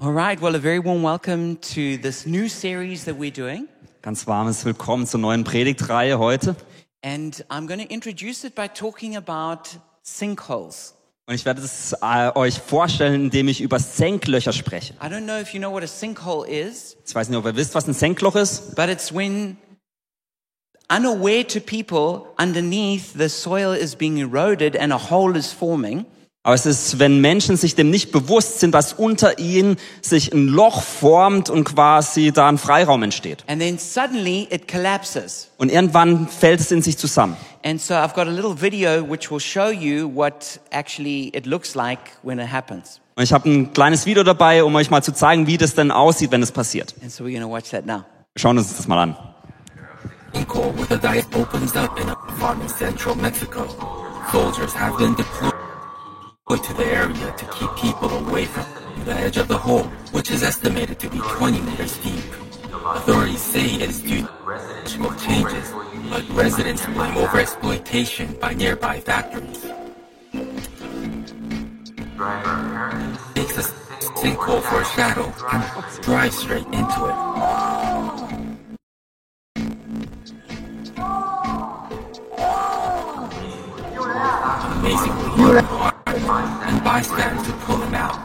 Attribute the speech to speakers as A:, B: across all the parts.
A: All right, well, a very warm welcome to this new series that we're doing.
B: Ganz warmes Willkommen zur neuen Predigtreihe heute.
A: And I'm going to introduce it by talking about sinkholes.
B: Und ich werde es äh, euch vorstellen, indem ich über Senklöcher spreche.
A: I don't know if you know what a sinkhole is,
B: Ich weiß nicht, ob ihr wisst, was ein Senkloch ist.
A: but it's when unaware to people underneath the soil is being eroded and a hole is forming.
B: Aber es ist, wenn Menschen sich dem nicht bewusst sind, was unter ihnen sich ein Loch formt und quasi da ein Freiraum entsteht.
A: And then suddenly it collapses.
B: Und irgendwann fällt es in sich zusammen.
A: And so I've got a little video which will show you what actually it looks like when it happens.
B: Und ich habe ein kleines Video dabei, um euch mal zu zeigen, wie das denn aussieht, wenn es passiert.
A: And so we're going to watch that now.
B: Wir schauen uns das mal an.
C: sinkhole where the dive opens up in a pond in central Mexico. Soldiers have been deployed to the area to keep people away from the edge of the hole, which is estimated to be 20 meters deep. Authorities say it is due to residential changes, but residents blame overexploitation by nearby factories. Takes a sinkhole for a shadow and drives straight into it. amazingly hard and bystanders to pull him out.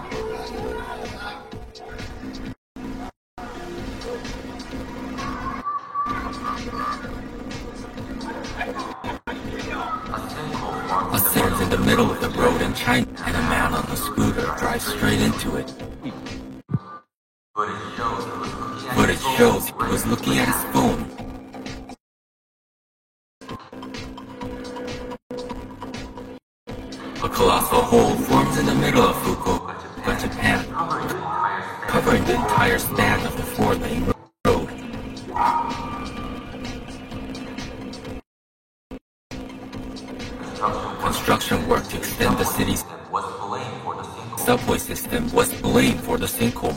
C: A stands in the middle of the road in China and a man on a scooter drives straight into it. Footage shows he was looking at his phone A colossal hole forms in the middle of Fukuoka, Japan, covering the entire span of the four-lane road. Construction work to extend the city's subway system was blamed for the sinkhole.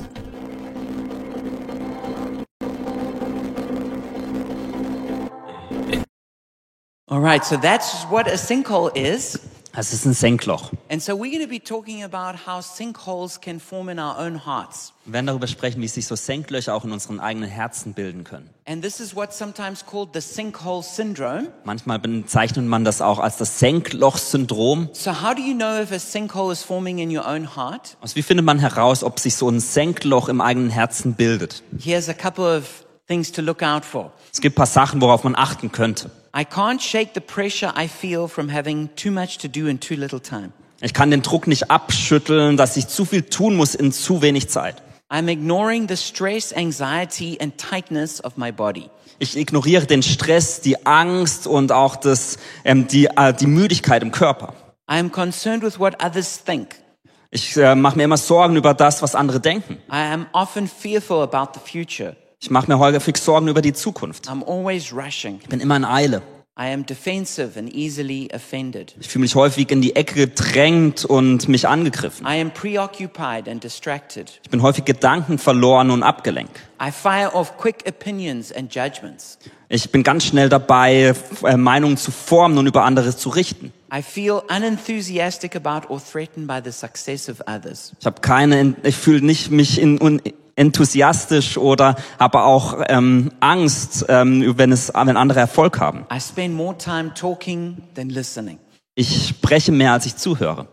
A: All right, so that's what a sinkhole is.
B: Es ist ein Senkloch.
A: And so we're going to be talking about how sinkholes can form in our own hearts.
B: Wir werden darüber sprechen, wie sich so Senklöcher auch in unseren eigenen Herzen bilden können.
A: And this is what's sometimes called the sinkhole syndrome.
B: Manchmal bezeichnet man das auch als das Senkloch-Syndrom.
A: So, how do you know if a sinkhole is forming in your own heart?
B: Also wie findet man heraus, ob sich so ein Senkloch im eigenen Herzen bildet?
A: Here's a couple of things to look out for.
B: Es gibt ein paar Sachen, worauf man achten könnte.
A: I can't shake the pressure I feel from having too much to do in too little time.
B: Ich kann den Druck nicht abschütteln, dass ich zu viel tun muss in zu wenig Zeit.
A: I'm ignoring the stress, anxiety, and tightness of my body.
B: Ich ignoriere den Stress, die Angst und auch das, ähm, die, äh, die Müdigkeit im Körper.
A: I am concerned with what others think.
B: Ich äh, mache mir immer Sorgen über das, was andere denken.
A: I am often fearful about the future.
B: Ich mache mir häufig Sorgen über die Zukunft.
A: I'm always rushing.
B: Ich bin immer in Eile.
A: I am defensive and easily offended.
B: Ich fühle mich häufig in die Ecke gedrängt und mich angegriffen.
A: I am preoccupied and distracted.
B: Ich bin häufig Gedanken verloren und abgelenkt.
A: I fire off quick opinions and judgments.
B: Ich bin ganz schnell dabei, äh, Meinungen zu formen und über andere zu richten.
A: I feel unenthusiastic about or threatened by the success of others.
B: Ich habe keine, ich fühle nicht mich in, un, enthusiastisch oder habe auch ähm, Angst, ähm, wenn es, wenn andere Erfolg haben.
A: I spend more time talking than listening.
B: Ich spreche mehr, als ich zuhöre.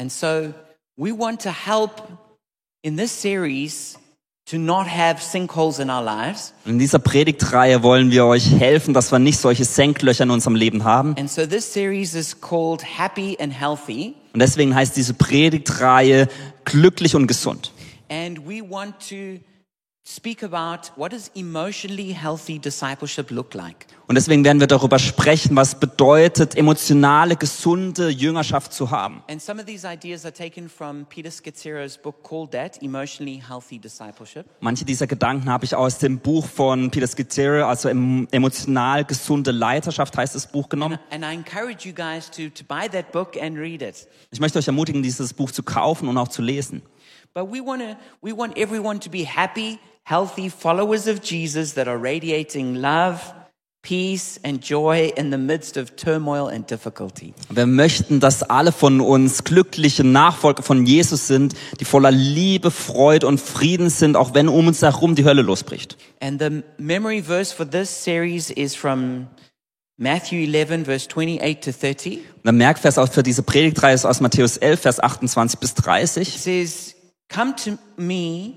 A: And so we want to help in this series to not have sinkholes in our lives.
B: In dieser Predigtreihe wollen wir euch helfen, dass wir nicht solche Senklöcher in unserem Leben haben.
A: And so this series is called Happy and Healthy.
B: Und deswegen heißt diese Predigtreihe glücklich und gesund.
A: And we want to speak about what does emotionally healthy discipleship look like?
B: Und deswegen werden wir darüber sprechen, was bedeutet, emotionale, gesunde Jüngerschaft zu haben.
A: And some of these ideas are taken from Peter Schizero's book called that, Emotionally Healthy Discipleship.
B: Manche dieser Gedanken habe ich aus dem Buch von Peter Schizzero, also em- emotional gesunde Leiterschaft heißt das Buch genommen.
A: And I encourage you guys to, to buy that book and read it.
B: Ich möchte euch ermutigen, dieses Buch zu kaufen und auch zu lesen.
A: But we want to, we want everyone to be happy, healthy followers of Jesus that are radiating love, peace and joy in the midst of turmoil and difficulty.
B: Wir möchten, dass alle von uns glückliche Nachfolger von Jesus sind, die voller Liebe, Freude und Frieden sind, auch wenn um uns herum die Hölle losbricht.
A: And the memory verse for this series is from Matthew 11, verse 28 to 30. It
B: Und der Merkvers auch für diese Predigtreihe ist aus Matthäus 11, Vers 28 bis 30.
A: says, Come to me,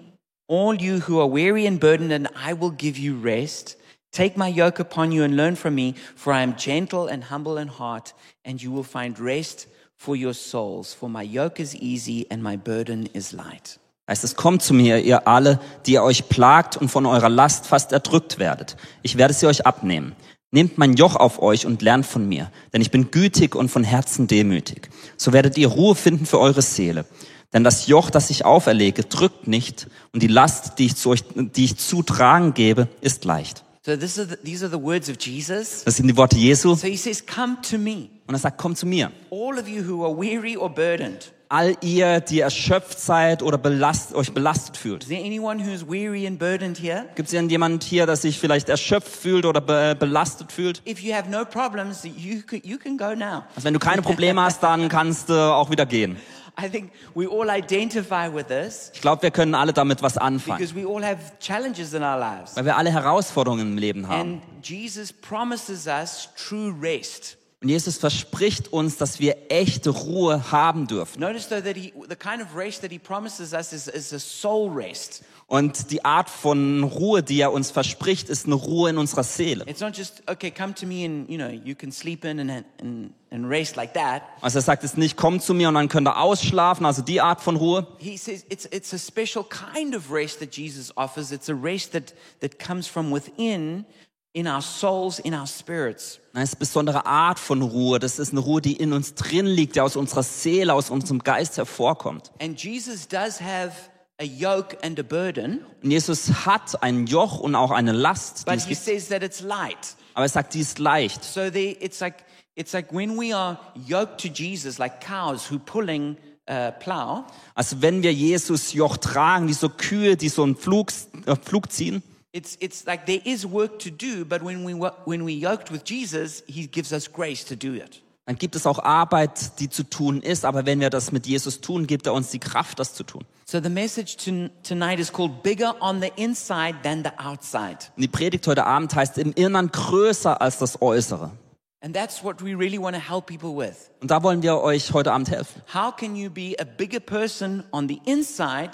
A: all you who are weary and burdened, and I will give you rest. Take my yoke upon you and learn from me, for I am gentle and humble in heart, and you will find rest for your souls. For my yoke is easy and my burden is light.
B: Heißt es, kommt zu mir, ihr alle, die ihr euch plagt und von eurer Last fast erdrückt werdet. Ich werde sie euch abnehmen. Nehmt mein Joch auf euch und lernt von mir, denn ich bin gütig und von Herzen demütig. So werdet ihr Ruhe finden für eure Seele. Denn das Joch, das ich auferlege, drückt nicht und die Last, die ich zu euch, die ich zu tragen gebe, ist leicht.
A: So this is the, these are the words of Jesus.
B: Das sind die Worte Jesu.
A: So he says, Come to me,
B: Und er sagt, kommt zu mir.
A: all of you who are weary or burdened.
B: All ihr, die erschöpft seid oder belast, euch belastet fühlt.
A: Is there anyone who's weary and burdened here?
B: Gibt es denn jemand hier, der sich vielleicht erschöpft fühlt oder be belastet fühlt?
A: If you have no problems, you can, you can go now.
B: Also wenn du keine Probleme hast, dann kannst du auch wieder gehen.
A: I think we all identify with this
B: Ich glaube, wir können alle damit was anfangen,
A: because we all have challenges in our lives.
B: weil wir alle Herausforderungen im Leben
A: And
B: haben.
A: Jesus promises us true rest.
B: Und Jesus verspricht uns, dass wir echte Ruhe haben dürfen.
A: Notice though that he, the kind of rest that he promises us is, is a soul rest.
B: Und die Art von Ruhe, die er uns verspricht, ist eine Ruhe in unserer Seele.
A: It's not just, okay, come to me and, you know, you can sleep in and, and, and rest like that.
B: Also er sagt es nicht, komm zu mir und dann könnt ihr ausschlafen, also die Art von Ruhe,
A: He says it's, it's a special kind of rest that Jesus offers. It's a rest that, that comes from within, in our souls, in our spirits.
B: Nein, es ist eine besondere Art von Ruhe. Das ist eine Ruhe, die in uns drin liegt, die aus unserer Seele, aus unserem Geist hervorkommt.
A: And Jesus does have a yoke and a burden,
B: Und Jesus hat ein Joch und auch eine Last, die
A: but
B: es
A: he
B: gibt,
A: says that it's light.
B: aber er sagt, die ist leicht.
A: So they, it's like it's like when we are yoked to Jesus, like cows who pulling a plow.
B: Also wenn wir Jesus Joch tragen, wie so Kühe, die so einen Flug, äh, Flug ziehen,
A: It's it's like there is work to do, but when we wo- when we yoked with Jesus, He gives us grace to do it.
B: dann gibt es auch Arbeit, die zu tun ist. Aber wenn wir das mit Jesus tun, gibt er uns die Kraft, das zu tun.
A: So the message to, tonight is called "Bigger on the Inside Than the Outside,"
B: Und die Predigt heute Abend heißt, im Innern größer als das Äußere.
A: and that's what we really want to help people with.
B: Und da wollen wir euch heute Abend helfen.
A: How can you be a bigger person on the inside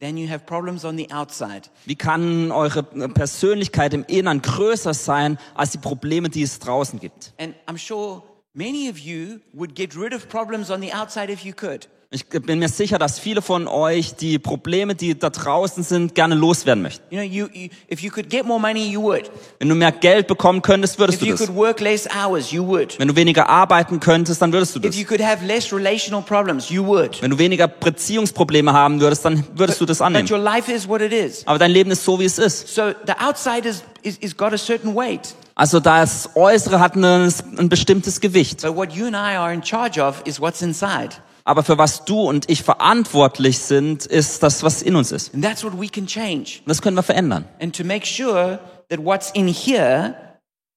A: than you have problems on the outside?
B: Wie kann eure Persönlichkeit im Innern größer sein als die Probleme, die es draußen gibt?
A: And I'm sure many of you would get rid of problems on the outside if you could.
B: Ich bin mir sicher, dass viele von euch die Probleme, die da draußen sind, gerne loswerden möchten.
A: You know, you, you if you could get more money, you would.
B: Wenn du mehr Geld bekommen könntest, würdest
A: If
B: du
A: you
B: das.
A: could work less hours, you would.
B: Wenn du weniger arbeiten könntest, dann würdest du
A: If
B: das.
A: you could have less relational problems, you would.
B: Wenn du weniger Beziehungsprobleme haben würdest, dann würdest du das
A: But
B: annehmen.
A: your life is what it is.
B: Aber dein Leben ist so, wie es ist.
A: So the outside is, is, is got a certain weight.
B: Also das Äußere hat eine, ein bestimmtes Gewicht.
A: But what you and I are in charge of is what's inside.
B: Aber für was du und ich verantwortlich sind, ist das, was in uns ist.
A: And that's what we can change.
B: Und das können wir verändern.
A: And to make sure that what's in here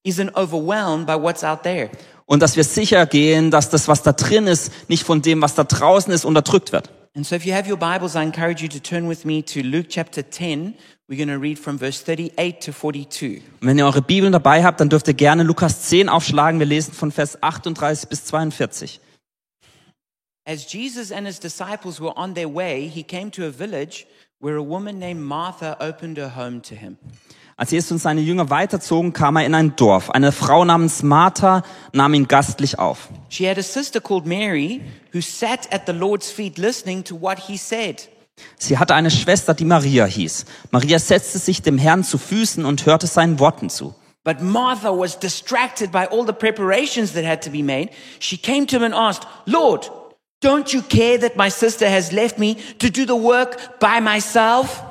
A: isn't overwhelmed by what's out there.
B: Und dass wir sicher gehen, dass das, was da drin ist, nicht von dem, was da draußen ist, unterdrückt wird.
A: And so, if you have your Bibles, I encourage you to turn with me to Luke chapter 10. We're going to read from verse 38 to 42.
B: Und wenn ihr eure Bibeln dabei habt, dann dürft ihr gerne Lukas 10 aufschlagen. Wir lesen von Vers 38 bis 42.
A: As Jesus and his disciples were on their way, he came to a village where a woman named Martha opened her home to him.
B: Als Jesus und seine Jünger weiterzogen, kam er in ein Dorf. Eine Frau namens Martha nahm ihn gastlich auf.
A: She had a sister called Mary who sat at the Lord's feet listening to what he said.
B: Sie hatte eine Schwester, die Maria hieß. Maria setzte sich dem Herrn zu Füßen und hörte seinen Worten zu.
A: But Martha was distracted by all the preparations that had to be made. She came to him and asked, Lord, don't you care that my sister has left me to do the work by myself?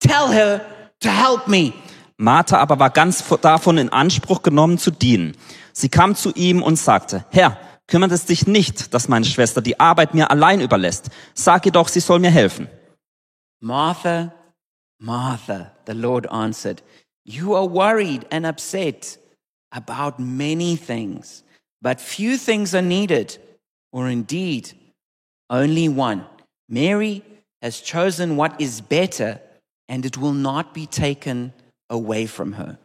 A: Tell her to help me.
B: Martha aber war ganz vo- davon in Anspruch genommen zu dienen. Sie kam zu ihm und sagte, Herr, kümmert es dich nicht, dass meine Schwester die Arbeit mir allein überlässt. Sag ihr doch, sie soll mir helfen.
A: Martha, Martha, the Lord answered, You are worried and upset about many things, but few things are needed, or indeed only one. Mary has chosen what is better, and it will not be taken away from her.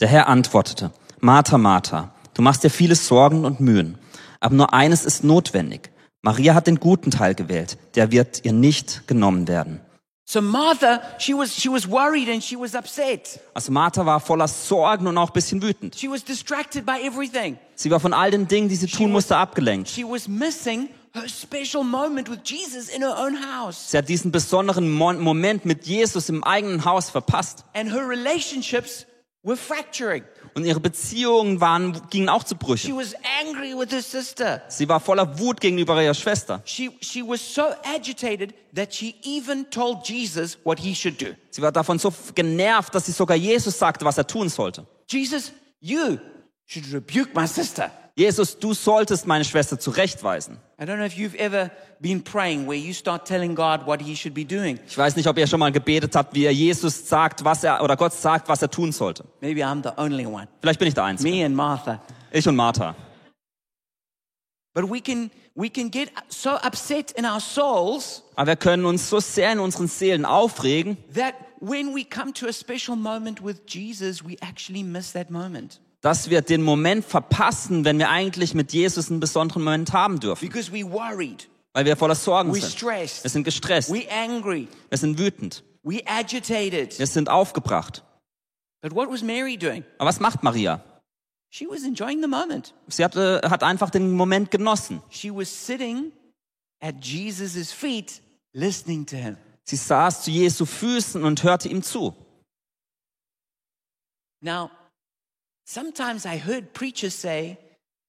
B: Der Herr antwortete, Martha, Martha, du machst dir viele Sorgen und Mühen, aber nur eines ist notwendig. Maria hat den guten Teil gewählt, der wird ihr nicht genommen werden.
A: So Martha, she was, she was worried and she was upset.
B: Also Martha war voller Sorgen und auch ein bisschen wütend.
A: She was distracted by everything.
B: Sie war von all den Dingen, die sie tun musste, abgelenkt.
A: She was missing her special moment with Jesus in her own house.
B: Sie hat diesen besonderen Mon Moment mit Jesus im eigenen Haus verpasst.
A: And her relationships were fracturing.
B: Und ihre Beziehungen waren, gingen auch zu
A: She
B: Brüche.
A: was angry with her sister.
B: Sie war voller Wut gegenüber ihrer Schwester.
A: She, she was so agitated that she even told Jesus what he should do.
B: Sie war davon so genervt, dass sie sogar Jesus sagte, was er tun sollte.
A: Jesus, you should rebuke my sister.
B: Jesus, du solltest meine Schwester zurechtweisen.
A: I don't know if you've ever been praying where you start telling God what he should be doing.
B: Ich weiß nicht, ob ihr schon mal gebetet habt, wie ihr Jesus sagt, was er oder Gott sagt, was er tun sollte.
A: Maybe I'm the only one.
B: Vielleicht bin ich der Einzige.
A: Me and Martha.
B: Ich und Martha.
A: But we can, we can get so upset in our souls
B: Aber wir können uns so sehr in unseren Seelen aufregen,
A: that when we come to a special moment with Jesus, we actually miss that moment
B: dass wir den Moment verpassen, wenn wir eigentlich mit Jesus einen besonderen Moment haben dürfen.
A: because we worried,
B: Weil wir voller Sorgen
A: we
B: sind. Wir
A: stressed,
B: sind gestresst.
A: we angry,
B: Wir sind wütend.
A: we agitated.
B: Wir sind aufgebracht.
A: But what was Mary doing?
B: Aber was macht Maria?
A: She was enjoying the moment.
B: Sie hat, äh, hat einfach den Moment genossen.
A: She was sitting at Jesus' feet, listening to him.
B: Sie saß zu Jesu Füßen und hörte ihm zu.
A: Now, sometimes I heard preachers say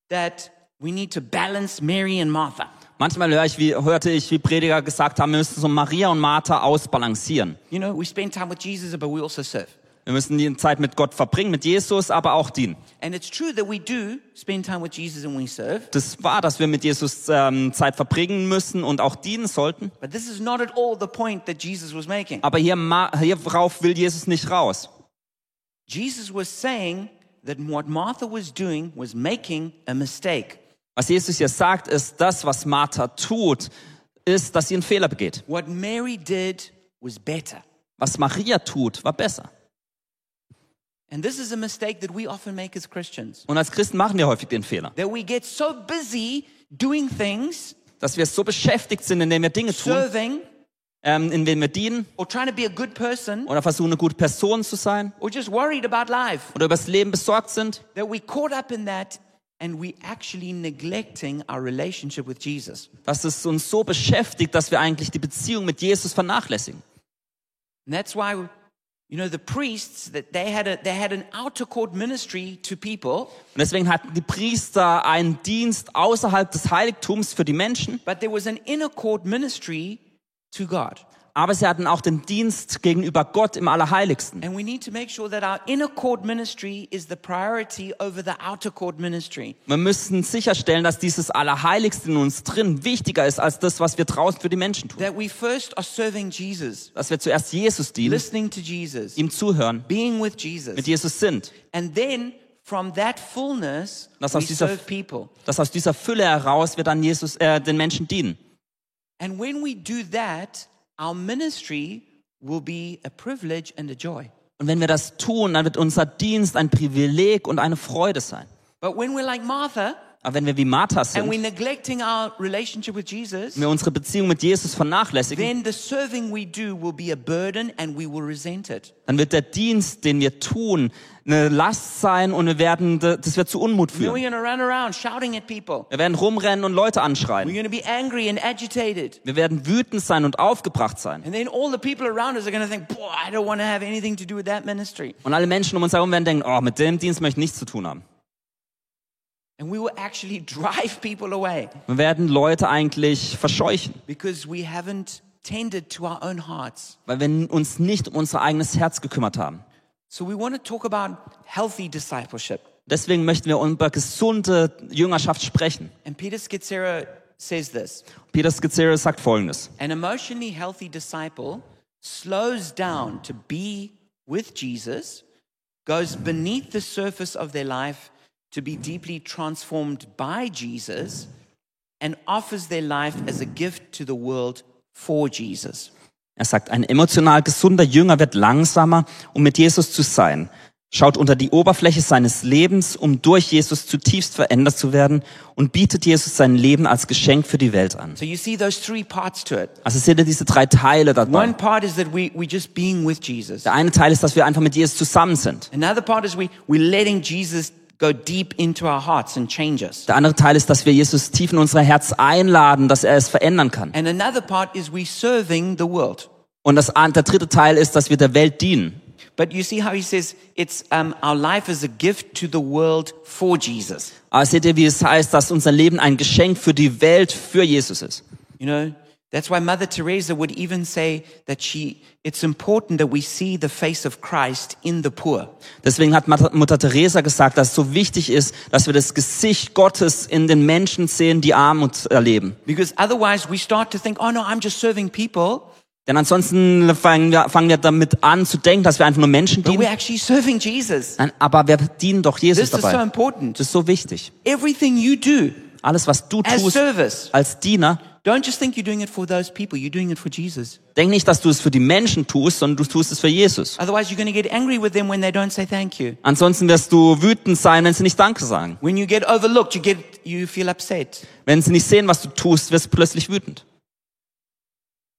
A: that we need to balance Mary and Martha.
B: Manchmal hör ich, wie, hörte ich, wie Prediger gesagt haben, wir müssen so Maria und Martha ausbalancieren.
A: You know, we spend time with Jesus, but we also serve.
B: Wir müssen die Zeit mit Gott verbringen, mit Jesus, aber auch dienen.
A: And it's true that we do spend time with Jesus and we serve,
B: Das war, dass wir mit Jesus ähm, Zeit verbringen müssen und auch dienen sollten.
A: but this is not at all the point that Jesus was making.
B: Aber hier, ma- hierauf will Jesus nicht raus.
A: Jesus was saying that what Martha was doing was making a mistake.
B: Was Jesus hier sagt, ist, das, was Martha tut, ist, dass sie einen Fehler begeht.
A: What Mary did was better.
B: Was Maria tut, war besser.
A: And this is a mistake that we often make as Christians.
B: Und als Christen machen wir häufig den Fehler,
A: That we get so busy doing things,
B: dass wir so beschäftigt sind, indem wir Dinge tun,
A: serving,
B: ähm, indem wir dienen
A: or trying to be a good person,
B: oder versuchen, eine gute Person zu sein
A: or just worried about life,
B: oder übers Leben besorgt sind,
A: that we caught up in that and we actually neglecting our relationship with Jesus.
B: dass es uns so beschäftigt, dass wir eigentlich die Beziehung mit Jesus vernachlässigen.
A: And that's why, you know, the priests that they had a, they had an outer court ministry to people,
B: Und deswegen hatten die Priester einen Dienst außerhalb des Heiligtums für die Menschen,
A: but there was an inner court ministry to God.
B: aber sie hatten auch den Dienst gegenüber Gott im Allerheiligsten.
A: And we need to make sure that our inner court ministry is the priority over the outer court ministry.
B: Wir müssen sicherstellen, dass dieses Allerheiligste in uns drin wichtiger ist als das, was wir draußen für die Menschen tun.
A: That we first are serving Jesus,
B: Dass wir zuerst Jesus dienen,
A: listening to Jesus,
B: ihm zuhören,
A: being with
B: mit
A: Jesus.
B: Jesus sind.
A: And then from that fullness,
B: Das
A: we
B: aus dieser-
A: serve people.
B: Dass aus dieser Fülle heraus wir dann Jesus, äh, den Menschen dienen.
A: And when we do that, our ministry will be a privilege and a joy.
B: Und wenn wir das tun, dann wird unser Dienst ein Privileg und eine Freude sein.
A: But when we're like Martha,
B: Aber wenn wir wie Martha
A: and
B: sind,
A: we're neglecting our relationship with Jesus,
B: wenn wir unsere Beziehung mit Jesus vernachlässigen,
A: then the serving we do will be a burden and we will resent it.
B: dann wird der Dienst, den wir tun, eine Last sein und wir werden, das wird zu Unmut
A: Then we're
B: führen.
A: going to run around shouting at people.
B: Wir werden rumrennen und Leute
A: We're
B: anschreien.
A: going to be angry and agitated.
B: Wir werden wütend sein und aufgebracht sein.
A: And then all the people around us are going to think, boy, I don't want to have anything to do with that ministry.
B: Und alle Menschen um uns herum werden denken, oh, mit dem Dienst möchte ich nichts zu tun haben.
A: And we will actually drive people away
B: Wir werden Leute eigentlich verscheuchen,
A: because we haven't tended to our own hearts.
B: weil wir uns nicht um unser eigenes Herz gekümmert haben.
A: So we want to talk about healthy discipleship.
B: Deswegen möchten wir über gesunde Jüngerschaft sprechen.
A: And Peter Schizzero says this
B: Peter Scazzero sagt Folgendes.
A: An emotionally healthy disciple slows down to be with Jesus, goes beneath the surface of their life, to be deeply transformed by Jesus and offers their life as a gift to the world for Jesus.
B: Er sagt, ein emotional gesunder Jünger wird langsamer, um mit Jesus zu sein, schaut unter die Oberfläche seines Lebens, um durch Jesus zutiefst verändert zu werden und bietet Jesus sein Leben als Geschenk für die Welt an.
A: So you see those three parts to it.
B: Also seht ihr diese drei Teile
A: One
B: dabei.
A: part is that we, we're just being with Jesus.
B: Der eine Teil ist, dass wir einfach mit Jesus zusammen sind.
A: Another part is we, we're letting Jesus go deep into our hearts and change us.
B: Der andere Teil ist, dass wir Jesus tief in unser Herz einladen, dass er es verändern kann.
A: And another part is we serving the world.
B: Und das, an- der dritte Teil ist, dass wir der Welt dienen.
A: But you see how he says it's um, our life is a gift to the world for Jesus.
B: Aber seht ihr, wie es heißt, dass unser Leben ein Geschenk für die Welt, für Jesus ist.
A: You know, that's why Mother Teresa would even say that she, it's important that we see the face of Christ in the poor.
B: Deswegen hat Mat- Mutter Teresa gesagt, dass es so wichtig ist, dass wir das Gesicht Gottes in den Menschen sehen, die Armut erleben.
A: Because otherwise we start to think, oh no, I'm just serving people,
B: Denn ansonsten fangen wir, fangen wir damit an zu denken, dass wir einfach nur Menschen
A: but we're
B: dienen.
A: actually serving Jesus.
B: Nein, aber wir dienen doch Jesus
A: This is so
B: dabei.
A: important.
B: Das ist so wichtig.
A: Everything you do
B: Alles, was du
A: as
B: tust
A: service,
B: als Diener,
A: don't just think you're doing it for those people, you're doing it for Jesus.
B: denk nicht, dass du es für die Menschen tust, sondern du tust es für Jesus.
A: Otherwise you're going to get angry with them when they don't say thank you.
B: Ansonsten wirst du wütend sein, wenn sie nicht Danke sagen.
A: When you get overlooked, you get, you feel upset.
B: Wenn sie nicht sehen, was du tust, wirst du plötzlich wütend.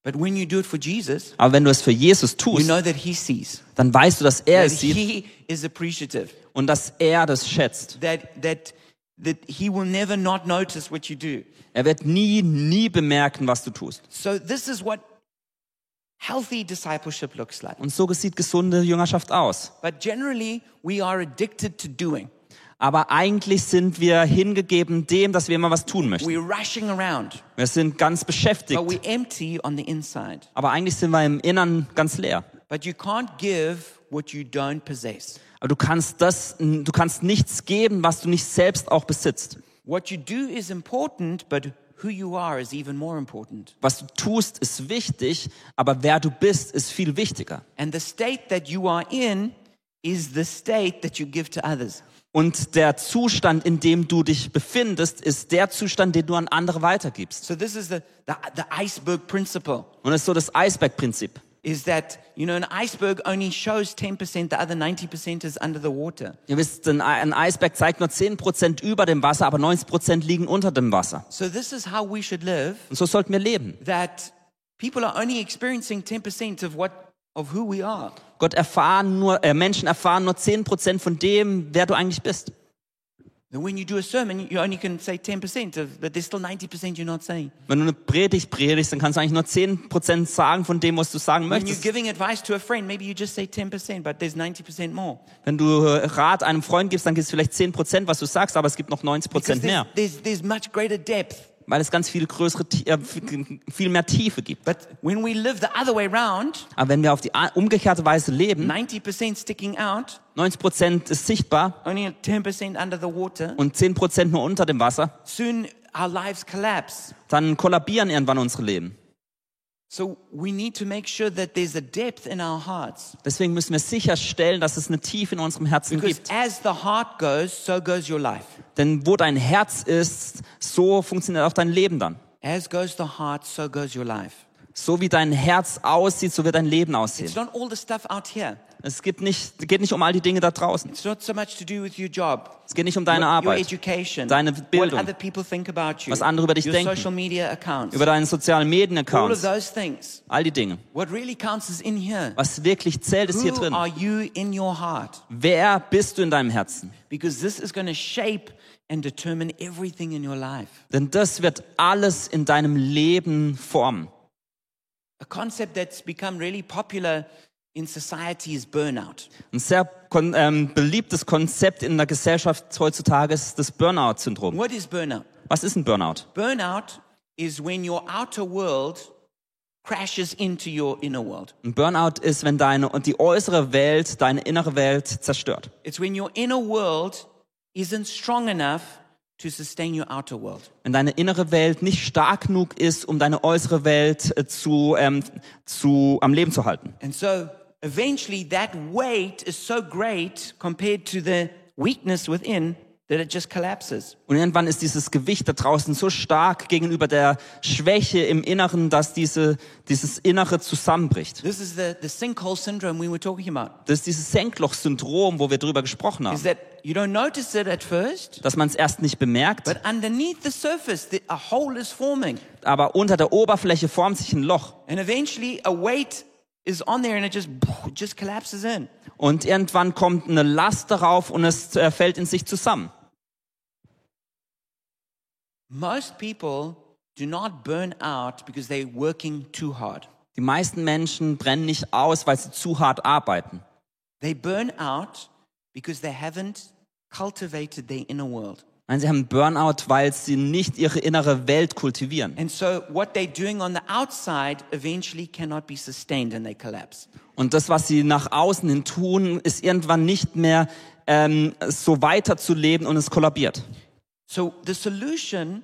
A: But when you do it for Jesus,
B: Aber wenn du es für Jesus
A: you
B: tust,
A: know that he sees.
B: dann weißt du, dass er
A: That
B: es sieht
A: he is appreciative.
B: und dass er das schätzt.
A: That that that he will never not notice what you do.
B: Er wird nie, nie bemerken, was du tust.
A: So this is what healthy discipleship looks like.
B: Und so sieht gesunde Jüngerschaft aus.
A: But generally, we are addicted to doing.
B: Aber eigentlich sind wir hingegeben dem, dass wir immer was tun möchten.
A: We're rushing around,
B: Wir sind ganz beschäftigt,
A: but we're empty on the inside.
B: aber eigentlich sind wir im Innern ganz leer.
A: But you can't give what you don't possess.
B: Aber du kannst das, du kannst nichts geben, was du nicht selbst auch besitzt.
A: What you do is important, but who you are is even more important.
B: Was du tust, ist wichtig, aber wer du bist, ist viel wichtiger.
A: And the state that you are in is the state that you give to others.
B: Und der Zustand, in dem du dich befindest, ist der Zustand, den du an andere weitergibst.
A: So this is the, the, the iceberg principle
B: Und das ist so das Eisbergprinzip.
A: is that, you know, an iceberg only shows 10%, the other 90% is under the water.
B: Ihr wisst, ein Ei- ein Eisberg zeigt nur 10% über dem Wasser, aber 90% liegen unter dem Wasser.
A: So this is how we should live
B: Und so sollten wir leben.
A: that people are only experiencing 10% of what of who we are.
B: Gott erfahren nur, äh, Menschen erfahren nur 10% von dem, wer du eigentlich bist.
A: And when you do a sermon, you only can say 10% of but there's still 90% you're not saying.
B: Wenn du eine Predigt predigst, dann kannst du eigentlich nur 10% sagen von dem, was du sagen
A: When you're
B: möchtest.
A: giving advice to a friend, maybe you just say 10%, but there's 90% more.
B: Wenn du äh, Rat einem Freund gibst, dann gibst du vielleicht 10%, was du sagst, aber es gibt noch 90%
A: Because there's,
B: mehr,
A: there's there's much greater depth.
B: weil es ganz viel größere, Ti- äh, viel mehr Tiefe gibt.
A: But when we live the other way round,
B: Aber wenn wir auf die a- umgekehrte Weise leben,
A: 90% sticking out,
B: 90% ist sichtbar
A: only 10% under the water,
B: und 10% nur unter dem Wasser,
A: soon our lives collapse.
B: dann kollabieren irgendwann unsere Leben.
A: So we need to make sure that there's a depth in our hearts.
B: Deswegen müssen wir sicherstellen, dass es eine Tiefe in unserem Herzen
A: Because
B: gibt.
A: as the heart goes, so goes your life.
B: Denn wo dein Herz ist, so funktioniert auch dein Leben dann.
A: As goes the heart, so goes your life.
B: So wie dein Herz aussieht, so wird dein Leben aussehen.
A: It's not all the stuff out here.
B: Es gibt nicht, geht nicht um all die Dinge da draußen.
A: It's not so much to do with your job,
B: Es geht nicht um deine
A: your
B: Arbeit,
A: education,
B: deine
A: what
B: Bildung,
A: other people think about you,
B: Was andere über dich
A: your
B: denken.
A: social media accounts,
B: über deinen
A: all
B: sozialen
A: of
B: Medien-Accounts,
A: those things.
B: all die Dinge.
A: What really counts is in here.
B: Was wirklich zählt, ist hier
A: Who
B: drin.
A: are you in your heart?
B: Wer bist du in deinem Herzen?
A: Because this is going to shape and determine everything in your life.
B: Denn das wird alles in deinem Leben formen.
A: A concept that's become really popular in society is burnout.
B: Ein sehr kon ähm, beliebtes Konzept in der Gesellschaft heutzutage ist das Burnout-Syndrom.
A: What is burnout?
B: Was ist ein Burnout?
A: Burnout is when your outer world crashes into your inner world.
B: Ein Burnout ist, wenn deine und die äußere Welt deine innere Welt zerstört.
A: It's when your inner world isn't strong enough to sustain your outer world.
B: Wenn deine innere Welt nicht stark genug ist, um deine äußere Welt äh, zu, ähm, zu am Leben zu halten.
A: And so eventually that weight is so great compared to the weakness within that it just collapses.
B: Und irgendwann ist dieses Gewicht da draußen so stark gegenüber der Schwäche im Inneren, dass diese, dieses Innere zusammenbricht.
A: This is the, the sinkhole syndrome we were talking about.
B: Das ist dieses Senkloch-Syndrom, wo wir drüber gesprochen
A: Is
B: haben.
A: that you don't notice it at first,
B: Dass man es erst nicht bemerkt,
A: but underneath the surface, the, a hole is forming.
B: aber unter der Oberfläche formt sich ein Loch.
A: And eventually a weight is on there and it just, it just collapses in.
B: Und irgendwann kommt eine Last darauf und es äh, fällt in sich zusammen.
A: Most people do not burn out because they're working too hard.
B: Die meisten Menschen brennen nicht aus, weil sie zu hart arbeiten.
A: They burn out because they haven't cultivated their inner world.
B: Nein, sie haben Burnout, weil sie nicht ihre innere Welt kultivieren.
A: And so what they're doing on the outside eventually cannot be sustained and they collapse.
B: Und das, was sie nach außen hin tun, ist irgendwann nicht mehr ähm, so weiterzuleben und es kollabiert.
A: So the solution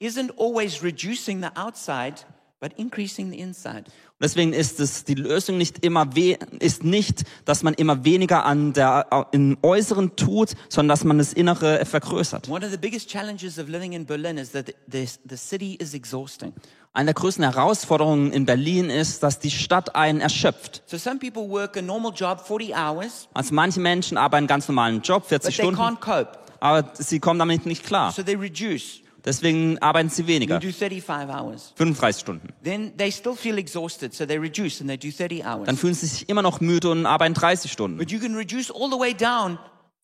A: isn't always reducing the outside, but increasing the inside.
B: Und deswegen ist es die Lösung nicht immer we ist nicht, dass man immer weniger an der au- im Äußeren tut, sondern dass man das Innere vergrößert.
A: One of the biggest challenges of living in Berlin is that the, the, the city is exhausting.
B: Eine der größten Herausforderungen in Berlin ist, dass die Stadt einen erschöpft.
A: So some people work a normal job 40 hours,
B: Also manche Menschen arbeiten einen ganz normalen Job,
A: but
B: 40
A: they
B: Stunden,
A: can't cope.
B: aber sie kommen damit nicht klar.
A: So they reduce.
B: Deswegen arbeiten sie
A: They
B: weniger,
A: do 35 hours.
B: 35 Stunden.
A: Then they still feel exhausted, so they reduce and they do 30
B: Dann
A: hours.
B: fühlen sie sich immer noch müde und arbeiten 30 Stunden.
A: But you can reduce all the way down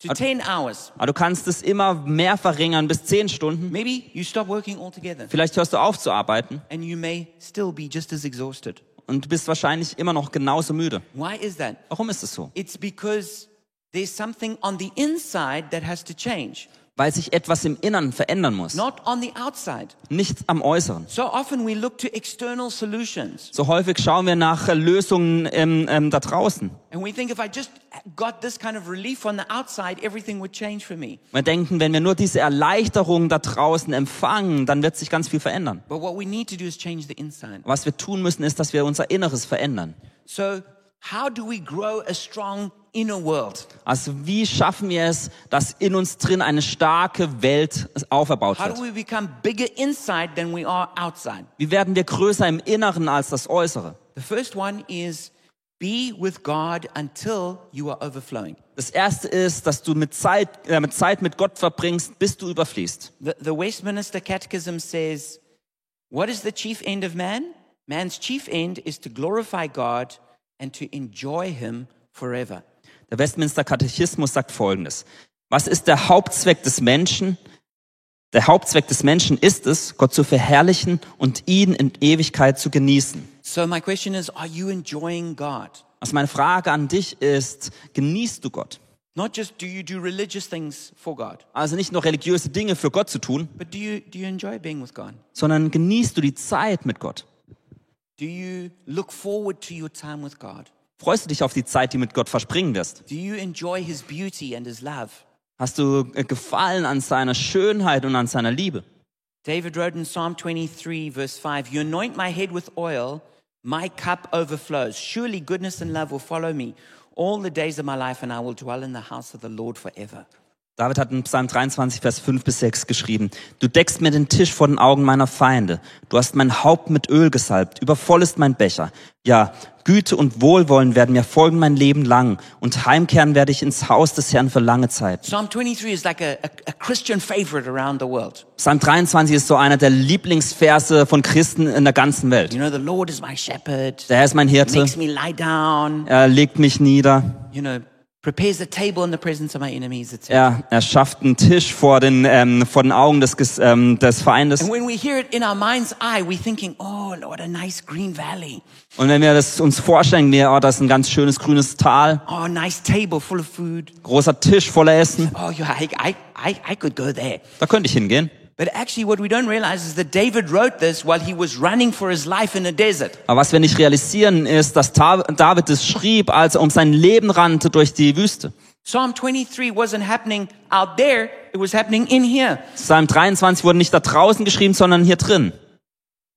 A: to 10 hours.
B: Aber du kannst es immer mehr verringern bis 10 Stunden.
A: Maybe you stop working altogether
B: Vielleicht hörst du auf zu arbeiten
A: and you may still be just as exhausted.
B: und du bist wahrscheinlich immer noch genauso müde.
A: Why is that?
B: Warum ist es so?
A: It's because there's something on the inside that has to change,
B: Weil sich etwas im Innern verändern muss,
A: not on the outside.
B: nicht am Äußeren.
A: So often we look to external solutions
B: So häufig schauen wir nach äh, Lösungen ähm, ähm, da draußen.
A: and we think if I just got this kind of relief on the outside, everything would change for me.
B: Wir denken, wenn wir nur diese Erleichterung da draußen empfangen, dann wird sich ganz viel verändern.
A: But what we need to do is change the inside.
B: Was wir tun müssen, ist, dass wir unser Inneres verändern.
A: So, how do we grow a strong inner world?
B: Also wie schaffen wir es, dass in uns drin eine starke Welt auferbaut
A: How do
B: wird?
A: we become bigger inside than we are outside?
B: Wie werden wir größer im Inneren als das Äußere?
A: The first one is be with God until you are overflowing.
B: Das erste ist, dass du mit Zeit, äh, mit Zeit mit Gott verbringst, bis du überfließt.
A: The, the Westminster Catechism says, What is the chief end of man? Man's chief end is to glorify God and to enjoy Him forever.
B: Der Westminster Katechismus sagt Folgendes. Was ist der Hauptzweck des Menschen? Der Hauptzweck des Menschen ist es, Gott zu verherrlichen und ihn in Ewigkeit zu genießen.
A: So, my question is, are you enjoying God?
B: Also meine Frage an dich ist, genießt du Gott?
A: Not just do you do religious things for God,
B: Also nicht nur religiöse Dinge für Gott zu tun,
A: but do you, do you enjoy being with God?
B: sondern genießt du die Zeit mit Gott?
A: Do you look forward to your time with God?
B: Freust du dich auf die Zeit, die mit Gott verspringen wirst?
A: Do you enjoy His beauty and His love?
B: Hast du äh, Gefallen an seiner Schönheit und an seiner Liebe?
A: David wrote in Psalm 23, verse 5 You anoint my head with oil, my cup overflows. Surely goodness and love will follow me all the days of my life, and I will dwell in the house of the Lord forever.
B: David hat in Psalm 23, Vers 5 bis 6 geschrieben, Du deckst mir den Tisch vor den Augen meiner Feinde, du hast mein Haupt mit Öl gesalbt, übervoll ist mein Becher. Ja, Güte und Wohlwollen werden mir folgen mein Leben lang, und heimkehren werde ich ins Haus des Herrn für lange Zeit.
A: Psalm 23 is like a, a, a Christian favorite around the world.
B: Psalm 23 ist so einer der Lieblingsverse von Christen in der ganzen
A: You
B: Welt.
A: know, the Lord is my shepherd,
B: Der Herr ist mein Hirte,
A: makes me lie down,
B: er legt mich nieder,
A: you know, prepares a table in the presence of my enemies, etc.
B: er, er schafft einen Tisch vor den, ähm, vor den Augen des, Ges- ähm, des Feindes.
A: And when we hear it in our mind's eye, we're thinking, oh, Lord, a nice green valley.
B: Und wenn wir das uns vorstellen, wir, oh, das ist ein ganz schönes grünes Tal,
A: Oh, a nice table full of food.
B: großer Tisch voller Essen,
A: Oh, yeah, I, I, I, I could go there.
B: da könnte ich hingehen.
A: But actually, what we don't realize is that David wrote this while he was running for his life in a desert.
B: Aber was wir nicht realisieren ist, dass Ta- David es schrieb, als er um sein Leben rannte durch die Wüste.
A: Psalm 23 wasn't happening out there, it was happening in here.
B: Psalm 23 wurde nicht da draußen geschrieben, sondern hier drin.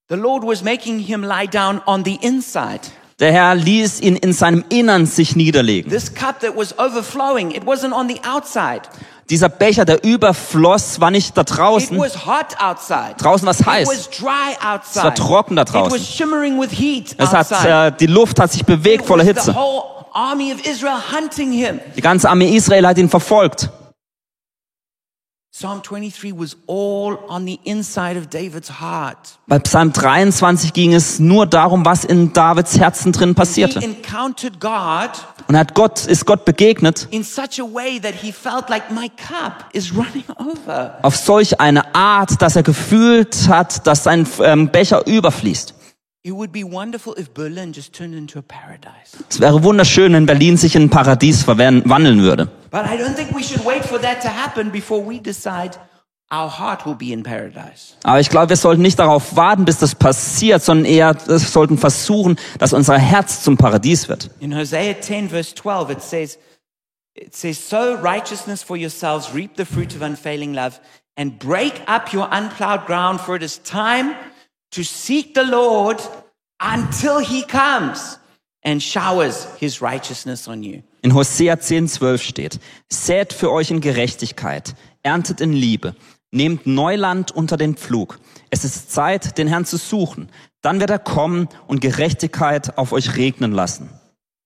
A: The Lord was making him lie down on the inside.
B: Der Herr ließ ihn in seinem Innern sich niederlegen.
A: This cup that was overflowing, it wasn't on the outside.
B: Dieser Becher, der überfloss, war nicht da
A: It
B: draußen.
A: was hot outside.
B: Draußen war's heiß.
A: It was dry outside.
B: Es war trocken da
A: It
B: draußen.
A: was shimmering with heat
B: Es hat,
A: outside.
B: äh, die Luft hat sich bewegt
A: It
B: voller
A: was The
B: Hitze.
A: whole army of Israel hunting him.
B: Die ganze Armee Israel hat ihn verfolgt.
A: Psalm 23 was all on the inside of David's heart.
B: Bei Psalm 23 ging es nur darum, was in Davids Herzen drin passierte.
A: He encountered God
B: Und er hat Gott, ist Gott begegnet
A: in such a way that he felt like my cup is running over.
B: auf solch eine Art, dass er gefühlt hat, dass sein ähm, Becher überfließt.
A: It would be wonderful if Berlin just turned into a paradise.
B: Es wäre wunderschön, wenn Berlin sich in ein Paradies verwandeln würde.
A: But I don't think we should wait for that to happen before we decide our heart will be in paradise.
B: Aber ich glaube, wir sollten nicht darauf warten, bis das passiert, sondern eher wir sollten versuchen, dass unser Herz zum Paradies wird.
A: In Hosea 10 verse 12 it says it says sow righteousness for yourselves reap the fruit of unfailing love and break up your unplowed ground for it is time to seek the Lord until he comes and showers his righteousness on you.
B: In Hosea 10, 12 steht, Sät für euch in Gerechtigkeit, erntet in Liebe, nehmt Neuland unter den Pflug. Es ist Zeit, den Herrn zu suchen. Dann wird er kommen und Gerechtigkeit auf euch regnen lassen.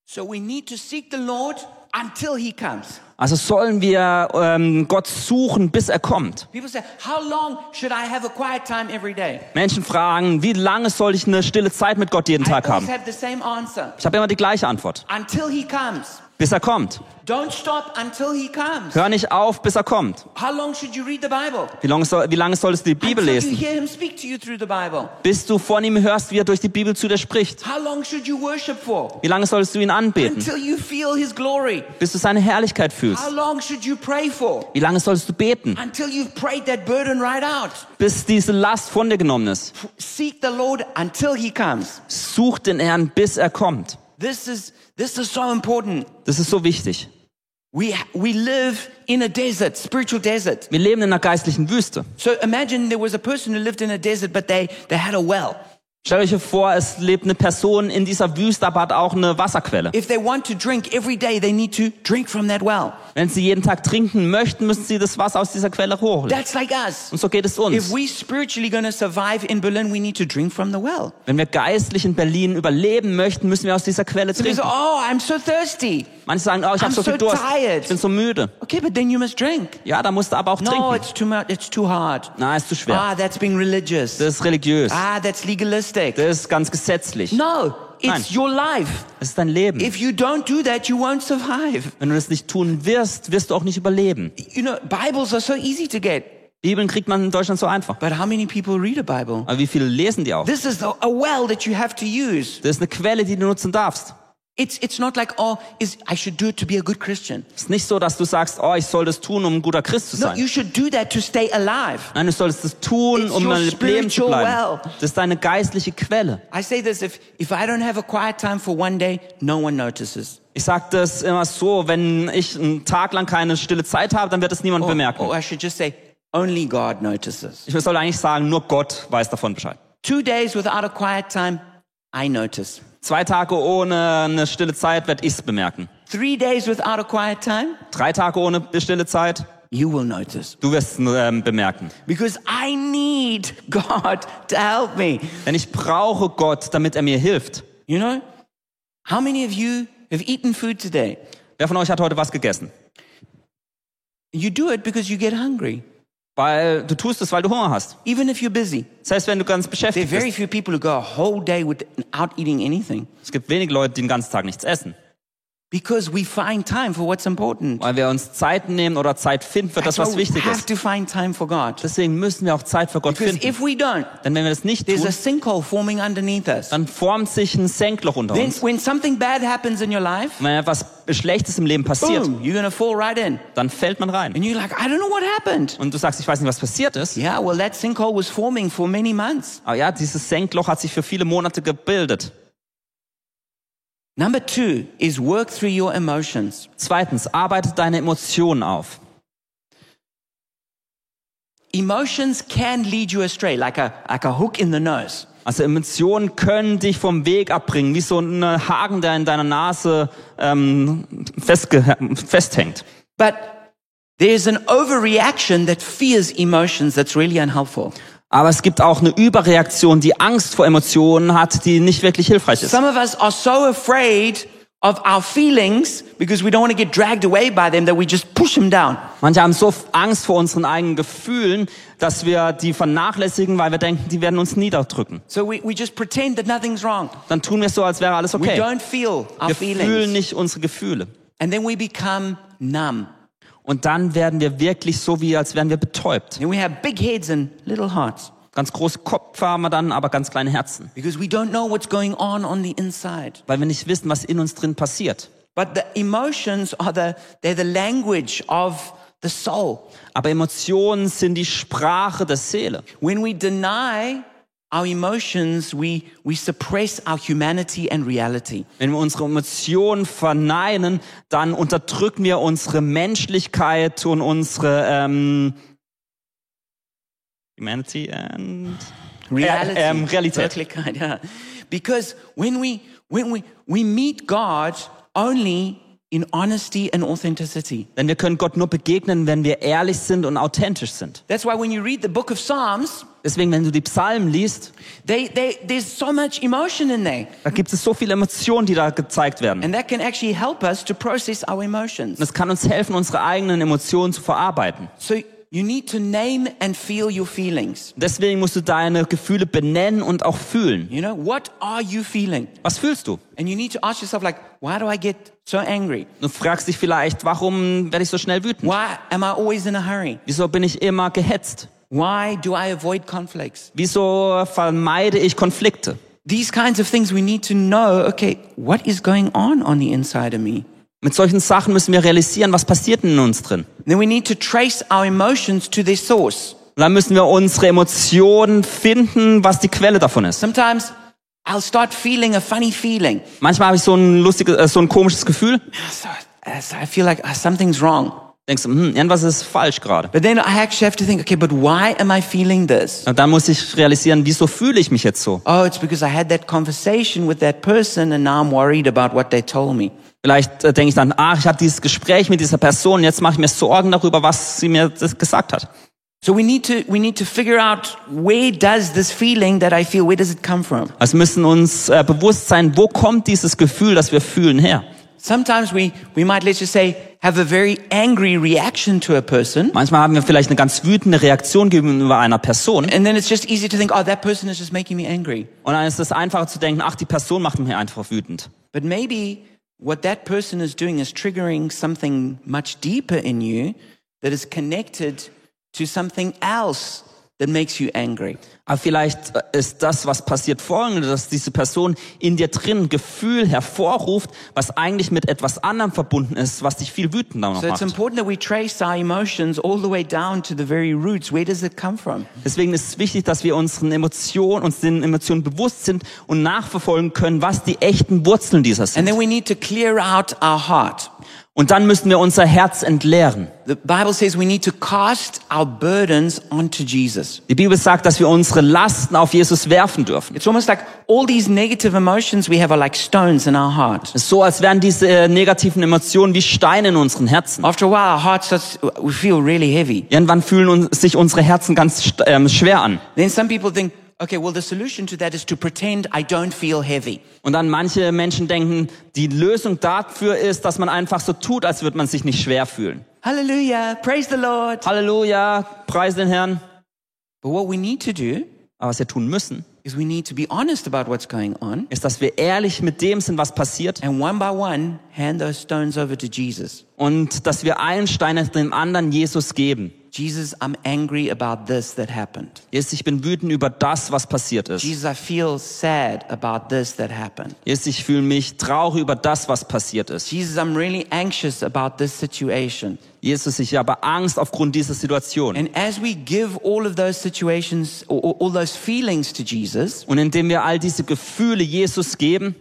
A: So we need to seek the Lord until he comes.
B: Also sollen wir ähm, Gott suchen, bis er kommt.
A: People say, "How long should I have a quiet time every day?"
B: Menschen fragen, wie lange soll ich eine stille Zeit mit Gott jeden
A: I
B: Tag
A: always
B: haben?
A: have the same answer.
B: Ich habe immer die gleiche Antwort.
A: Until he comes.
B: Bis er kommt.
A: Don't stop until he comes.
B: Hör nicht auf, bis er kommt.
A: How long should you read the Bible?
B: Wie lange, soll, wie lange solltest du die Bibel
A: Until you
B: lesen?
A: hear him speak to you through the Bible.
B: Bis du von ihm hörst, wie er durch die Bibel zu dir spricht.
A: How long should you worship for?
B: Wie lange solltest du ihn anbeten?
A: Until you feel his glory.
B: bis du seine Herrlichkeit
A: How
B: fühlst.
A: long should you pray for?
B: Wie lange sollst du beten,
A: Until you've prayed that burden right out.
B: bis diese Last von dir genommen ist?
A: Seek the Lord until he comes.
B: Such den Herrn, bis er kommt.
A: This is this is so important.
B: Das ist so wichtig.
A: We we live in a desert, spiritual desert.
B: Wir leben in einer geistlichen Wüste.
A: So imagine there was a person who lived in a desert but they they had a well.
B: Stellt euch vor, es lebt eine Person in dieser Wüste, aber hat auch eine Wasserquelle.
A: If they want to drink every day, they need to drink from that well.
B: Wenn sie jeden Tag trinken möchten, müssen sie das Wasser aus dieser Quelle hochholen.
A: That's like us.
B: Und so geht es
A: If
B: uns.
A: we spiritually going to survive in Berlin, we need to drink from the well.
B: Wenn wir geistlich in Berlin überleben möchten, müssen wir aus dieser Quelle
A: So we say,
B: trinken.
A: oh, I'm so thirsty.
B: Manche sagen, oh, ich
A: I'm
B: habe so
A: so
B: viel Durst,
A: tired.
B: ich bin so müde.
A: Okay, but then you must drink.
B: Ja, da musst du aber auch
A: No,
B: trinken.
A: it's too much. It's too hard.
B: Na, ist zu schwer.
A: Ah, that's being religious.
B: Das ist religiös.
A: Ah, that's legalistic.
B: Das ist ganz gesetzlich.
A: No, it's
B: Nein.
A: your life.
B: Das ist dein Leben.
A: If you don't do that, you won't survive.
B: Wenn du das nicht tun wirst, wirst du auch nicht überleben.
A: You know, Bibles are so easy to get,
B: Bibeln kriegt man in Deutschland so einfach.
A: but how many people read a Bible?
B: Aber wie viele lesen die auch?
A: This is the, a well that you have to use.
B: Das ist eine Quelle, die du nutzen darfst.
A: It's it's not like oh, is I should do it to be a good Christian.
B: Es ist nicht so, dass du sagst, oh, ich soll das tun, um ein guter Christ zu
A: No, you
B: sein.
A: should do that to stay alive.
B: Nein, du solltest das tun,
A: It's
B: um
A: your
B: am Leben zu
A: spiritual
B: bleiben.
A: well.
B: Das ist deine geistliche Quelle.
A: I say this if if I don't have a quiet time for one day, no one notices.
B: Ich sage das immer so, wenn ich einen Tag lang keine stille Zeit habe, dann wird es niemand
A: Or, or
B: bemerken.
A: Oh, I should just say only God notices.
B: Ich soll eigentlich sagen, nur Gott weiß davon Bescheid.
A: Two days without a quiet time, I notice.
B: Zwei Tage ohne eine stille Zeit werd ich's bemerken.
A: Three days without a quiet time,
B: Drei Tage ohne stille Zeit,
A: you will notice.
B: du wirst ähm, bemerken.
A: Because I need God to help me.
B: Denn ich brauche Gott, damit er mir hilft.
A: You know? How many of you have eaten food today?
B: Wer von euch hat heute was gegessen?
A: You do it because you get hungry,
B: Weil du tust es, weil du Hunger hast.
A: even if you're busy.
B: Das heißt, wenn du ganz
A: There are
B: beschäftigt
A: very
B: bist.
A: few people who go a whole day without eating anything
B: Es gibt wenige Leute, die den ganzen Tag nichts essen.
A: because we find time for what's important.
B: Weil wir uns Zeit nehmen oder Zeit finden für das,
A: That's
B: was
A: why
B: wichtig
A: we have
B: ist.
A: to find time for God.
B: Deswegen müssen wir auch Zeit für Gott
A: Because
B: finden.
A: if we don't,
B: Denn wenn wir das nicht
A: there's a
B: tun,
A: sinkhole forming underneath us.
B: dann formt sich ein Senkloch unter
A: Then
B: uns.
A: when something bad happens in your life,
B: Und wenn etwas Schlechtes im Leben passiert,
A: boom, you're going to fall right in.
B: dann fällt man rein.
A: And you're like, I don't know what happened.
B: Und du sagst, ich weiß nicht, was passiert ist.
A: Yeah, well, that sinkhole was forming for many months.
B: Aber ja, dieses Senkloch hat sich für viele Monate gebildet.
A: Number two is work through your emotions.
B: Zweitens, arbeite deine Emotionen auf.
A: Emotions can lead you astray, like a, like a hook in the nose.
B: Also Emotionen können dich vom Weg abbringen, wie so ein Haken, der in deiner Nase ähm, festge- festhängt.
A: But there's an overreaction that fears emotions that's really unhelpful.
B: Aber es gibt auch eine Überreaktion, die Angst vor Emotionen hat, die nicht wirklich hilfreich ist.
A: Some of us are so afraid of our feelings because we don't want to get dragged away by them that we just push them down.
B: Manche haben so Angst vor unseren eigenen Gefühlen, dass wir die vernachlässigen, weil wir denken, die werden uns niederdrücken.
A: So we, we just pretend that nothing's wrong.
B: Dann tun wir so, als wäre alles
A: We
B: okay.
A: don't feel our
B: Wir fühlen
A: feelings.
B: nicht unsere Gefühle.
A: And then we become numb.
B: Und dann werden wir wirklich so, wie als wären wir betäubt.
A: And we have big heads and little hearts
B: Ganz große Kopf haben wir dann, aber ganz kleine Herzen.
A: because we don't know what's going on on the inside.
B: Weil wir nicht wissen, was in uns drin passiert.
A: But the emotions are the, they're the language of the soul.
B: Aber Emotionen sind die Sprache der Seele.
A: When we deny our emotions, we, we suppress our humanity and reality.
B: Wenn wir unsere Emotionen verneinen, dann unterdrücken wir unsere Menschlichkeit und unsere ähm, Humanity and
A: reality.
B: Äh, ähm, Realität.
A: Wirklichkeit, ja. Because when we, when we, we meet God only in honesty and authenticity.
B: Denn wir können Gott nur begegnen, wenn wir ehrlich sind und authentisch sind.
A: That's why when you read the book of Psalms,
B: Deswegen, wenn du die Psalmen liest,
A: they, they, there's so much emotion in there.
B: da gibt es so viele Emotionen, die da gezeigt werden. Und
A: And that can actually help us to process our emotions.
B: es kann uns helfen, unsere eigenen Emotionen zu verarbeiten.
A: So you need to name and feel your feelings.
B: Deswegen musst du deine Gefühle benennen und auch fühlen.
A: You know, what are you feeling?
B: Was fühlst du?
A: And you need to ask yourself, like, why do I get so angry?
B: Du fragst dich vielleicht, warum werde ich so schnell wütend?
A: Why am I always in a hurry?
B: Wieso bin ich immer gehetzt?
A: Why do I avoid conflicts?
B: Wieso vermeide ich Konflikte?
A: These kinds of things we need to know, okay, what is going on on the inside of me?
B: Mit solchen Sachen müssen wir realisieren, was passiert denn in uns drin.
A: Then we need to trace our emotions to their source.
B: Und dann müssen wir unsere Emotionen finden, was die Quelle davon ist.
A: Sometimes I'll start feeling a funny feeling.
B: Manchmal habe ich so ein lustiges, äh, so ein komisches Gefühl.
A: So, uh, so I feel like uh, something's wrong.
B: Denkst du, hm, irgendwas ist falsch gerade.
A: But then I actually have to think, okay, but why am I feeling this?
B: Und dann muss ich realisieren, wieso fühle ich mich jetzt so?
A: Oh, it's because I had that conversation with that person and now I'm worried about what they told me.
B: Vielleicht äh, denke ich dann, ach, ich hatte dieses Gespräch mit dieser Person, jetzt mache ich mir Sorgen darüber, was sie mir das gesagt hat.
A: So we need to, we need to figure out where does this feeling that I feel, where does it come from?
B: Also wir müssen uns äh, bewusst sein, wo kommt dieses Gefühl, das wir fühlen, her?
A: Sometimes we, we might, let's just say, have a very angry reaction to a person.
B: Manchmal haben wir vielleicht eine ganz wütende Reaktion gegenüber einer Person
A: And then it's just easy to think, oh, that person is just making me angry.
B: und dann ist es einfacher zu denken, ach, die Person macht mich einfach wütend.
A: But maybe what that person is doing is triggering something much deeper in you that is connected to something else that makes you angry.
B: Aber vielleicht äh, ist das, was passiert, folgendes, dass diese Person in dir drin ein Gefühl hervorruft, was eigentlich mit etwas anderem verbunden ist, was dich viel wütender noch
A: So it's
B: macht.
A: important that we trace our emotions all the way down to the very roots. Where does it come from?
B: Deswegen ist es wichtig, dass wir unseren Emotionen, uns den Emotionen bewusst sind und nachverfolgen können, was die echten Wurzeln dieser
A: And
B: sind.
A: then we need to clear out our heart.
B: Und dann müssen wir unser Herz entleeren.
A: The Bible says we need to cast our burdens onto Jesus.
B: Die Bibel sagt, dass wir unsere Lasten auf Jesus werfen dürfen.
A: It's almost like all these negative emotions we have are like stones in our heart.
B: Es ist so, als wären diese äh, negativen Emotionen wie Steine in unseren Herzen.
A: After a while, our heart starts, we feel really heavy.
B: Irgendwann fühlen uns, sich unsere Herzen ganz st- ähm, schwer an.
A: Then some people think, okay, well, the solution to that is to pretend I don't feel heavy.
B: Und dann manche Menschen denken, die Lösung dafür ist, dass man einfach so tut, als würde man sich nicht schwer fühlen.
A: Hallelujah. Praise the Lord.
B: Halleluja, preise den Herrn.
A: But what we need to do
B: Aber was wir tun müssen,
A: is we need to be honest about what's going on.
B: ist, dass wir ehrlich mit dem sind, was passiert
A: And one by one, hand those stones over to Jesus.
B: und dass wir einen Stein nach dem anderen Jesus geben.
A: Jesus, I'm angry about this that happened.
B: Jesus, ich bin wütend über das, was passiert ist.
A: Jesus, I feel sad about this that happened.
B: Jesus, ich fühle mich traurig über das, was passiert ist.
A: Jesus, I'm really anxious about this situation.
B: Jesus, ich habe Angst aufgrund dieser Situation.
A: And as we give all of those situations, or, or all those feelings to Jesus,
B: Und indem wir all diese Gefühle Jesus geben,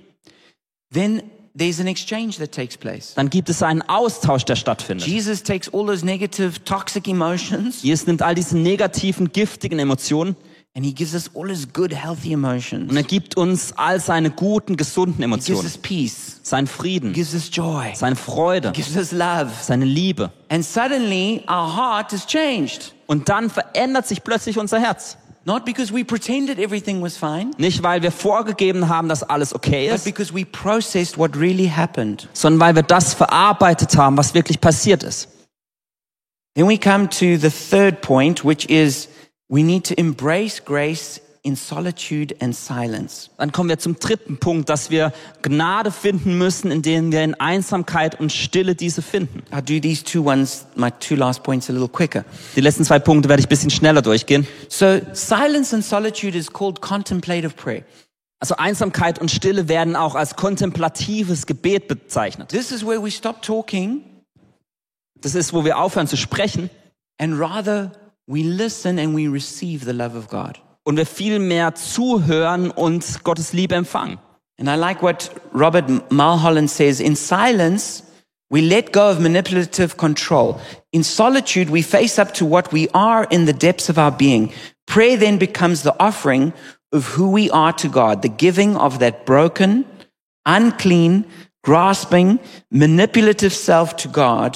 A: then there's an exchange that takes place.
B: dann gibt es einen Austausch, der stattfindet.
A: Jesus takes all those negative, toxic emotions
B: Jesus nimmt all diese negativen, giftigen Emotionen
A: And he gives us all his good, healthy emotions.
B: Und er gibt uns all seine guten,
A: He
B: gesunden
A: gives
B: Emotionen.
A: us peace,
B: Seinen Frieden,
A: gives us joy,
B: seine Freude,
A: gives us love.
B: seine Liebe.
A: And suddenly our heart is changed.
B: Und dann verändert sich plötzlich unser Herz.
A: Not because we pretended everything was fine,
B: Nicht, weil wir vorgegeben haben, dass alles okay
A: but
B: ist,
A: because we processed what really happened.
B: sondern weil wir das verarbeitet haben, was wirklich passiert ist.
A: Then we come to the third point, which is we need to embrace grace in solitude and silence.
B: Dann kommen wir zum dritten Punkt, dass wir Gnade finden müssen, indem wir in Einsamkeit und Stille diese finden.
A: I'll do these two ones, my two last points, a little quicker.
B: Die letzten zwei Punkte werde ich ein bisschen schneller durchgehen.
A: So, silence and solitude is called contemplative prayer.
B: Also Einsamkeit und Stille werden auch als kontemplatives Gebet bezeichnet.
A: This is where we stop talking
B: Das ist, wo wir aufhören zu sprechen
A: and rather we listen and we receive the love of God.
B: und wir viel mehr zuhören und Gottes Liebe empfangen.
A: And I like what Robert Mulholland says in silence, we let go of manipulative control. In solitude, we face up to what we are in the depths of our being. Prayer then becomes the offering of who we are to God, the giving of that broken, unclean, grasping, manipulative self to God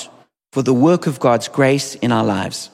A: for the work of God's grace in our lives.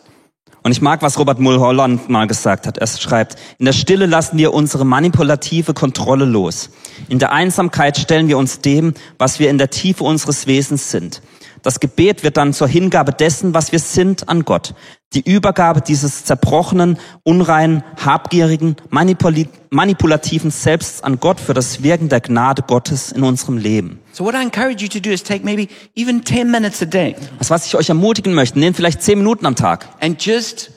B: Und ich mag, was Robert Mulholland mal gesagt hat. Er schreibt, in der Stille lassen wir unsere manipulative Kontrolle los. In der Einsamkeit stellen wir uns dem, was wir in der Tiefe unseres Wesens sind. Das Gebet wird dann zur Hingabe dessen, was wir sind, an Gott. Die Übergabe dieses zerbrochenen, unreinen, habgierigen, manipuli- manipulativen Selbst an Gott für das Wirken der Gnade Gottes in unserem Leben.
A: So what I encourage you to do is take maybe even 10 minutes a day
B: Das, Also was ich euch ermutigen möchte, nehmt vielleicht zehn Minuten am Tag
A: and just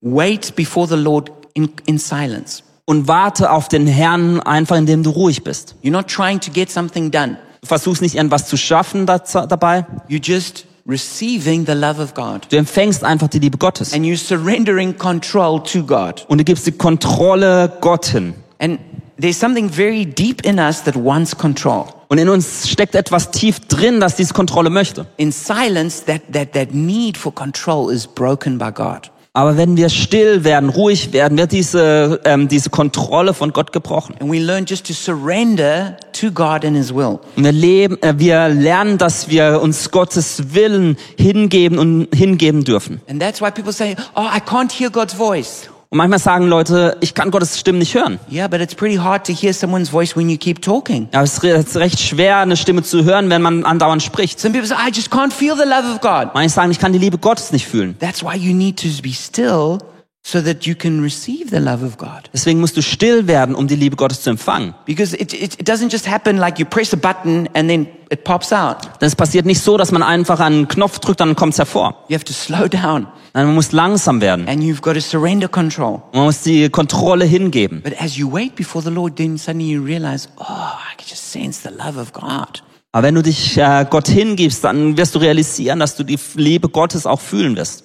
A: wait before the Lord in, in silence.
B: und warte auf den Herrn einfach, indem du ruhig bist.
A: You're not trying to get something done.
B: Du versuchst nicht irgendwas zu schaffen dazu, dabei.
A: You're just receiving the love of God
B: Du empfängst einfach die Liebe Gottes.
A: and you're surrendering control to God.
B: Und du gibst die Kontrolle Gott hin.
A: And there's something very deep in us that wants control.
B: Und in uns steckt etwas tief drin, das diese Kontrolle möchte.
A: In silence, that, that, that need for control is broken by God.
B: Aber wenn wir still werden, ruhig werden, wird diese, ähm, diese Kontrolle von Gott gebrochen.
A: And we learn just to surrender to God and His will.
B: Und wir, leben, äh, wir lernen, dass wir uns Gottes Willen hingeben und hingeben dürfen.
A: And that's why people say, Oh, I can't hear God's voice.
B: Und manchmal sagen Leute, ich kann Gottes Stimme nicht hören.
A: Yeah, but it's pretty hard to hear someone's voice when you keep talking.
B: Ja, es ist re- es ist recht schwer, eine Stimme zu hören, wenn man andauernd spricht.
A: Some people say, I just can't feel the love of God.
B: Manche sagen, ich kann die Liebe Gottes nicht fühlen.
A: That's why you need to be still so that you can receive the love of God.
B: Deswegen musst du still werden, um die Liebe Gottes zu empfangen.
A: Because it, it, it doesn't just happen like you press a button and then it pops out.
B: Denn es passiert nicht so, dass man einfach einen Knopf drückt, dann kommt's hervor.
A: You have to slow down
B: Nein, man muss langsam werden.
A: and you've got to surrender control.
B: Man muss die Kontrolle hingeben.
A: But as you wait before the Lord, then suddenly you realize, oh, I can just sense the love of God.
B: Aber wenn du dich äh, Gott hingibst, dann wirst du realisieren, dass du die Liebe Gottes auch fühlen wirst.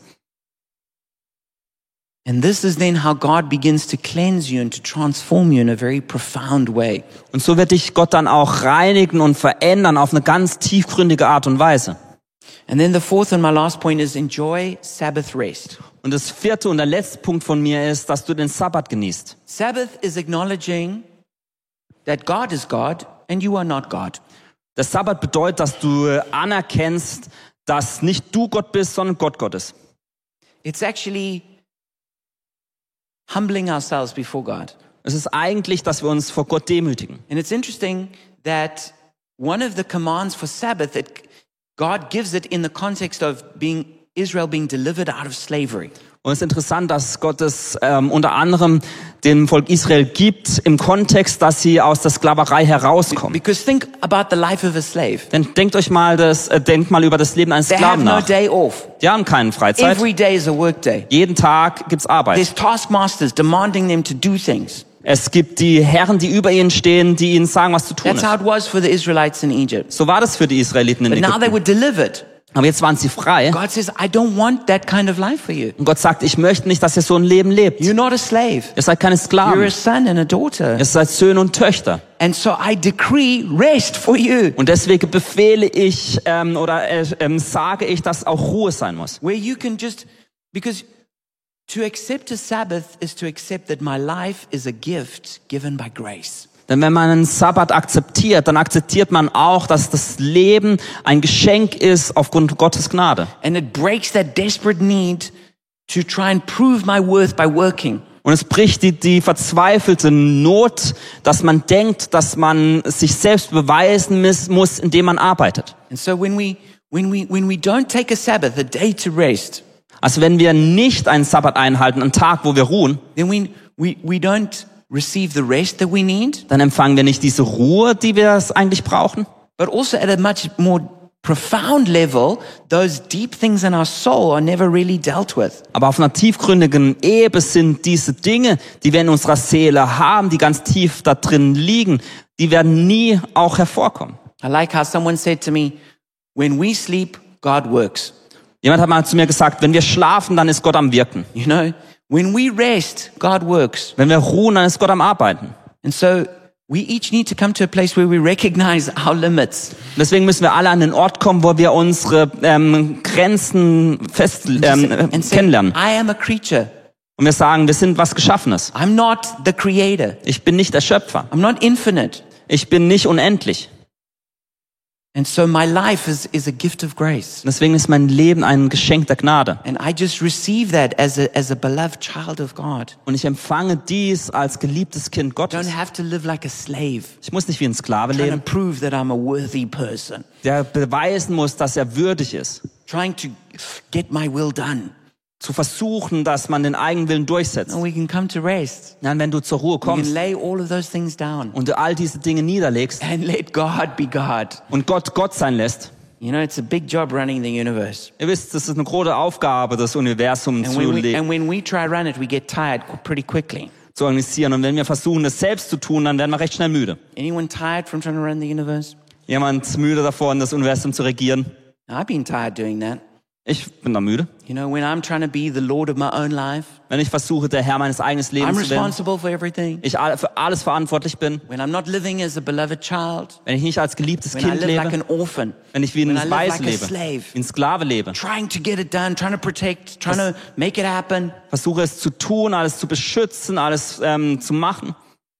A: And this is then how God begins to cleanse you and to transform you in a very profound way.
B: Und so wird dich Gott dann auch reinigen und verändern auf eine ganz tiefgründige Art und Weise.
A: And then the fourth and my last point is enjoy Sabbath rest.
B: Und das vierte und der letzte Punkt von mir ist, dass du den Sabbat genießt.
A: Sabbath is acknowledging that God is God and you are not God.
B: Der Sabbat bedeutet, dass du äh, anerkennst, dass nicht du Gott bist, sondern Gott Gott ist.
A: It's actually humbling ourselves before God.
B: Es ist eigentlich, dass wir uns vor Gott demütigen.
A: And it's interesting that one of the commands for Sabbath, it, God gives it in the context of being Israel being delivered out of slavery.
B: Und es ist interessant, dass Gott es ähm, unter anderem dem Volk Israel gibt, im Kontext, dass sie aus der Sklaverei herauskommen.
A: Because think about the life of a slave.
B: Denn denkt euch mal, das, äh, denkt mal über das Leben eines
A: They have
B: Sklaven
A: no
B: nach.
A: day off.
B: Die haben keine Freizeit.
A: Every day is a work day.
B: Jeden Tag gibt's Arbeit.
A: There's taskmasters demanding them to do things.
B: Es gibt die Herren, die über ihnen stehen, die ihnen sagen, was zu tun
A: That's how
B: ist.
A: it was for the Israelites in Egypt.
B: So war das für die Israeliten in
A: But now they
B: Ägypten.
A: were delivered.
B: Aber jetzt waren sie frei.
A: God says, I don't want that kind of life for you.
B: Und Gott sagt, ich möchte nicht, dass ihr so ein Leben lebt.
A: You're not a slave.
B: Ihr seid keine
A: You're a
B: Sklaven.
A: son and a daughter.
B: Ihr seid Söhne und Töchter.
A: And so I decree rest for you,
B: Und deswegen befehle ich ähm, oder äh, ähm, sage ich, dass auch Ruhe sein muss.
A: where you can just, because To accept a Sabbath is to accept that my life is a gift given by grace.
B: Denn wenn man einen Sabbat akzeptiert, dann akzeptiert man auch, dass das Leben ein Geschenk ist aufgrund Gottes Gnade.
A: And it breaks that desperate need to try and prove my worth by working.
B: Und es bricht die, die verzweifelte Not, dass man denkt, dass man sich selbst beweisen miss- muss, indem man arbeitet.
A: And so when we, when we, when we don't take a Sabbath, a day to rest,
B: Also wenn wir nicht einen Sabbat einhalten, einen Tag, wo wir ruhen,
A: then we, we, we don't receive the rest that we need,
B: dann empfangen wir nicht diese Ruhe, die wir es eigentlich brauchen.
A: but also at a much more profound level, those deep things in our soul are never really dealt with.
B: Aber auf einer tiefgründigen Ebene sind diese Dinge, die wir in unserer Seele haben, die ganz tief da drin liegen, die werden nie auch hervorkommen.
A: I like how someone said to me, when we sleep, God works.
B: Jemand hat mal zu mir gesagt, wenn wir schlafen, dann ist Gott am Wirken.
A: You know, when we rest, God works.
B: Wenn wir ruhen, dann ist Gott am Arbeiten.
A: And so we each need to come to a place where we recognize our limits.
B: Und Deswegen müssen wir alle an den Ort kommen, wo wir unsere ähm, Grenzen fest ähm, äh,
A: And say,
B: kennenlernen.
A: I am a creature.
B: Und wir sagen, wir sind was Geschaffenes.
A: I'm not the creator.
B: Ich bin nicht der Schöpfer.
A: I'm not infinite.
B: Ich bin nicht unendlich.
A: And so my life is, is a gift of grace.
B: Und Deswegen ist mein Leben ein Geschenk der Gnade.
A: And I just receive that as a, as a beloved child of God.
B: Und ich empfange dies als geliebtes Kind
A: I don't
B: Gottes.
A: have to live like a slave.
B: Ich muss nicht wie ein Sklave
A: Trying to
B: leben,
A: prove that I'm a worthy person.
B: der beweisen muss, dass er würdig ist.
A: Trying to get my will done.
B: Zu versuchen, dass man den Eigenwillen durchsetzt.
A: And we can come to rest.
B: Nein, wenn du zur Ruhe
A: We can
B: kommst
A: lay all of those things down
B: und du all diese Dinge niederlegst
A: and let God be God.
B: und Gott Gott sein lässt.
A: You know, it's a big job running the universe.
B: Ihr wisst, das ist eine große Aufgabe, das Universum
A: And
B: zu,
A: when, we,
B: le-
A: and when we try run it, we get tired qu- pretty quickly.
B: zu organisieren. Und wenn wir versuchen, das selbst zu tun, dann werden wir recht schnell müde.
A: Anyone tired from trying to run the universe?
B: Jemand müde davon, das Universum zu regieren.
A: Now, I've been tired doing that.
B: Ich bin da müde.
A: You know, when I'm trying to be the Lord of my own life,
B: Wenn ich versuche, der Herr meines eigenen
A: I'm
B: Lebens zu werden,
A: responsible for everything.
B: ich all- für alles verantwortlich bin,
A: When I'm not living as a beloved child,
B: wenn ich nicht als geliebtes
A: when I
B: Kind
A: live like
B: lebe,
A: an orphan,
B: wenn ich wie
A: when I
B: ein
A: live
B: Weiß
A: like a
B: lebe,
A: slave,
B: wie ein Sklave lebe,
A: trying to get it done, trying to protect, trying to make it happen.
B: versuche es zu tun, alles zu beschützen, alles ähm, zu machen.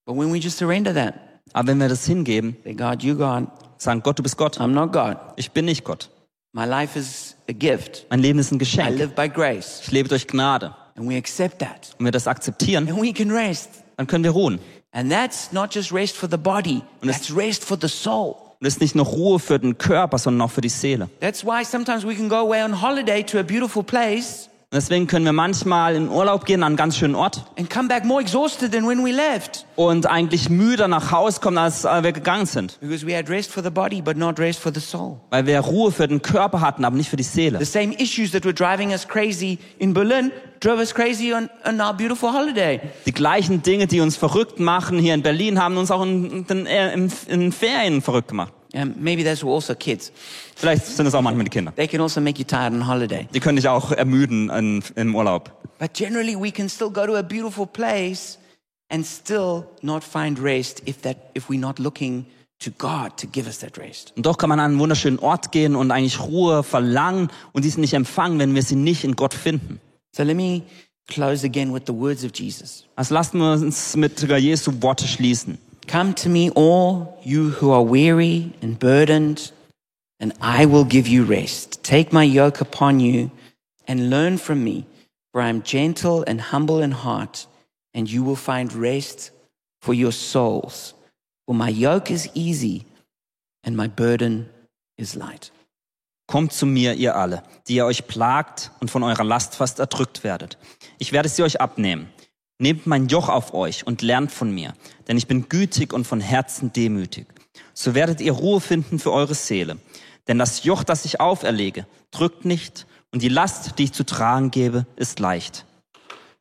A: But when we just surrender that,
B: Aber wenn wir das hingeben,
A: say, God, you God,
B: sagen, Gott, du bist Gott,
A: I'm not God.
B: ich bin nicht Gott.
A: My life is a gift.
B: Mein Leben ist ein
A: I
B: Geschenk.
A: live by grace.
B: Ich lebe durch Gnade.
A: And we accept that.
B: Und wenn wir das akzeptieren,
A: And we can rest.
B: dann können wir ruhen.
A: And that's not just rest for the body,
B: das-
A: that's rest for the soul.
B: Und es ist nicht nur Ruhe für den Körper, sondern auch für die Seele. Und
A: That's why sometimes we can go away on holiday to a beautiful place
B: deswegen können wir manchmal in Urlaub gehen an einen ganz schönen Ort
A: and come back more exhausted than when we left
B: und eigentlich müder nach Hause kommen, als äh, wir gegangen sind.
A: because we had rest for the body but not rest for the soul.
B: Weil wir Ruhe für den Körper hatten, aber nicht für die Seele.
A: The same issues that were driving us crazy in Berlin drove us crazy on, on our beautiful holiday.
B: Die gleichen Dinge, die uns verrückt machen hier in Berlin, haben uns auch in den äh, in, in Ferien verrückt gemacht.
A: And Um, maybe that's also kids.
B: Vielleicht sind es auch manchmal die Kinder.
A: They can also make you tired on holiday.
B: Die können dich auch ermüden in, im Urlaub.
A: But generally, we can still go to a beautiful place and still not find rest if, that, if we're not looking to God to give us that rest.
B: Und doch kann man an einen wunderschönen Ort gehen und eigentlich Ruhe verlangen und dies nicht empfangen, wenn wir sie nicht in Gott finden.
A: So let me close again with the words of Jesus
B: Also lassen wir uns mit Jesu Worte schließen.
A: Come to me, all you who are weary and burdened, and I will give you rest. Take my yoke upon you and learn from me, for I am gentle and humble in heart, and you will find rest for your souls. For my yoke is easy and my burden is light.
B: Kommt zu mir, ihr alle, die ihr euch plagt und von eurer Last fast erdrückt werdet. Ich werde sie euch abnehmen. Nehmt mein Joch auf euch und lernt von mir, denn ich bin gütig und von Herzen demütig. So werdet ihr Ruhe finden für eure Seele. Denn das Joch, das ich auferlege, drückt nicht und die Last, die ich zu tragen gebe, ist leicht.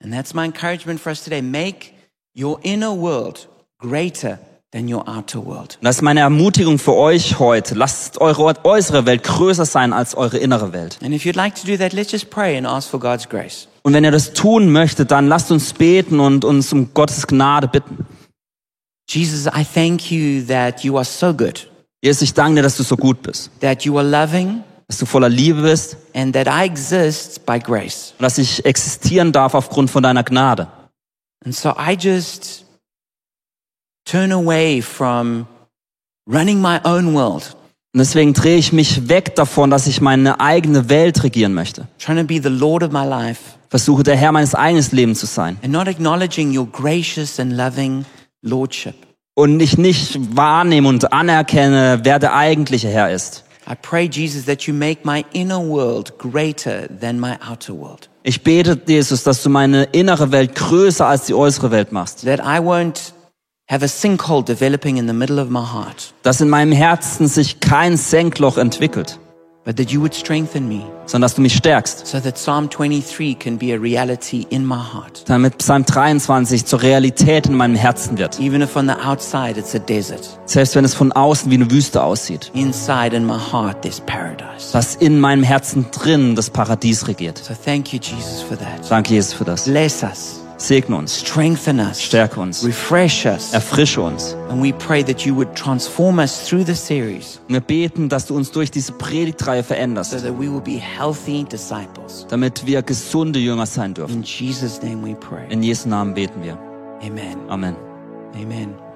A: And that's my encouragement for us today. Make your inner world greater than your outer world.
B: Und das ist meine Ermutigung für euch heute. Lasst eure äußere Welt größer sein als eure innere Welt.
A: And if you'd like to do that, let's just pray and ask for God's grace.
B: Und wenn ihr das tun möchtet, dann lasst uns beten und uns um Gottes Gnade bitten.
A: Jesus, I thank you that you are so good,
B: Jesus, ich danke dir, dass du so gut bist,
A: that you are loving,
B: dass dass du voller Liebe bist
A: and that I exist by grace.
B: und dass ich existieren darf aufgrund von deiner Gnade.
A: And so I just turn away from running my own world,
B: Und deswegen drehe ich mich weg davon, dass ich meine eigene Welt regieren möchte.
A: trying to be the Lord of my life,
B: Versuche der Herr meines eigenen Lebens zu sein.
A: and not acknowledging your gracious and loving Lordship.
B: Und ich nicht wahrnehme und anerkenne, wer der eigentliche Herr ist.
A: I pray, Jesus, that you make my inner world greater than my outer world,
B: Ich bete, Jesus, dass du meine innere Welt größer als die äußere Welt machst.
A: that I won't have a sinkhole developing in the middle of my heart,
B: Dass in meinem Herzen sich kein Senkloch entwickelt,
A: but that you would strengthen me
B: sondern dass du mich stärkst.
A: so that Psalm 23 can be a reality in my heart,
B: Damit Psalm 23 zur Realität in meinem Herzen wird.
A: even if on the outside it's a desert.
B: Selbst wenn es von außen wie eine Wüste aussieht.
A: Inside in my heart, there's paradise.
B: Dass in meinem Herzen drin das Paradies regiert.
A: So thank you, Jesus, for that.
B: Danke, Jesus, für das.
A: Bless us,
B: Segne uns,
A: strengthen us,
B: stärke uns,
A: refresh us,
B: erfrische uns.
A: and we pray that you would transform us through the series
B: Und wir beten, dass du uns durch diese Predigtreihe
A: so
B: veränderst,
A: that we will be healthy disciples.
B: damit wir gesunde Jünger sein dürfen.
A: In Jesus' name we pray.
B: In Jesu Namen beten wir.
A: Amen.
B: Amen.
A: Amen.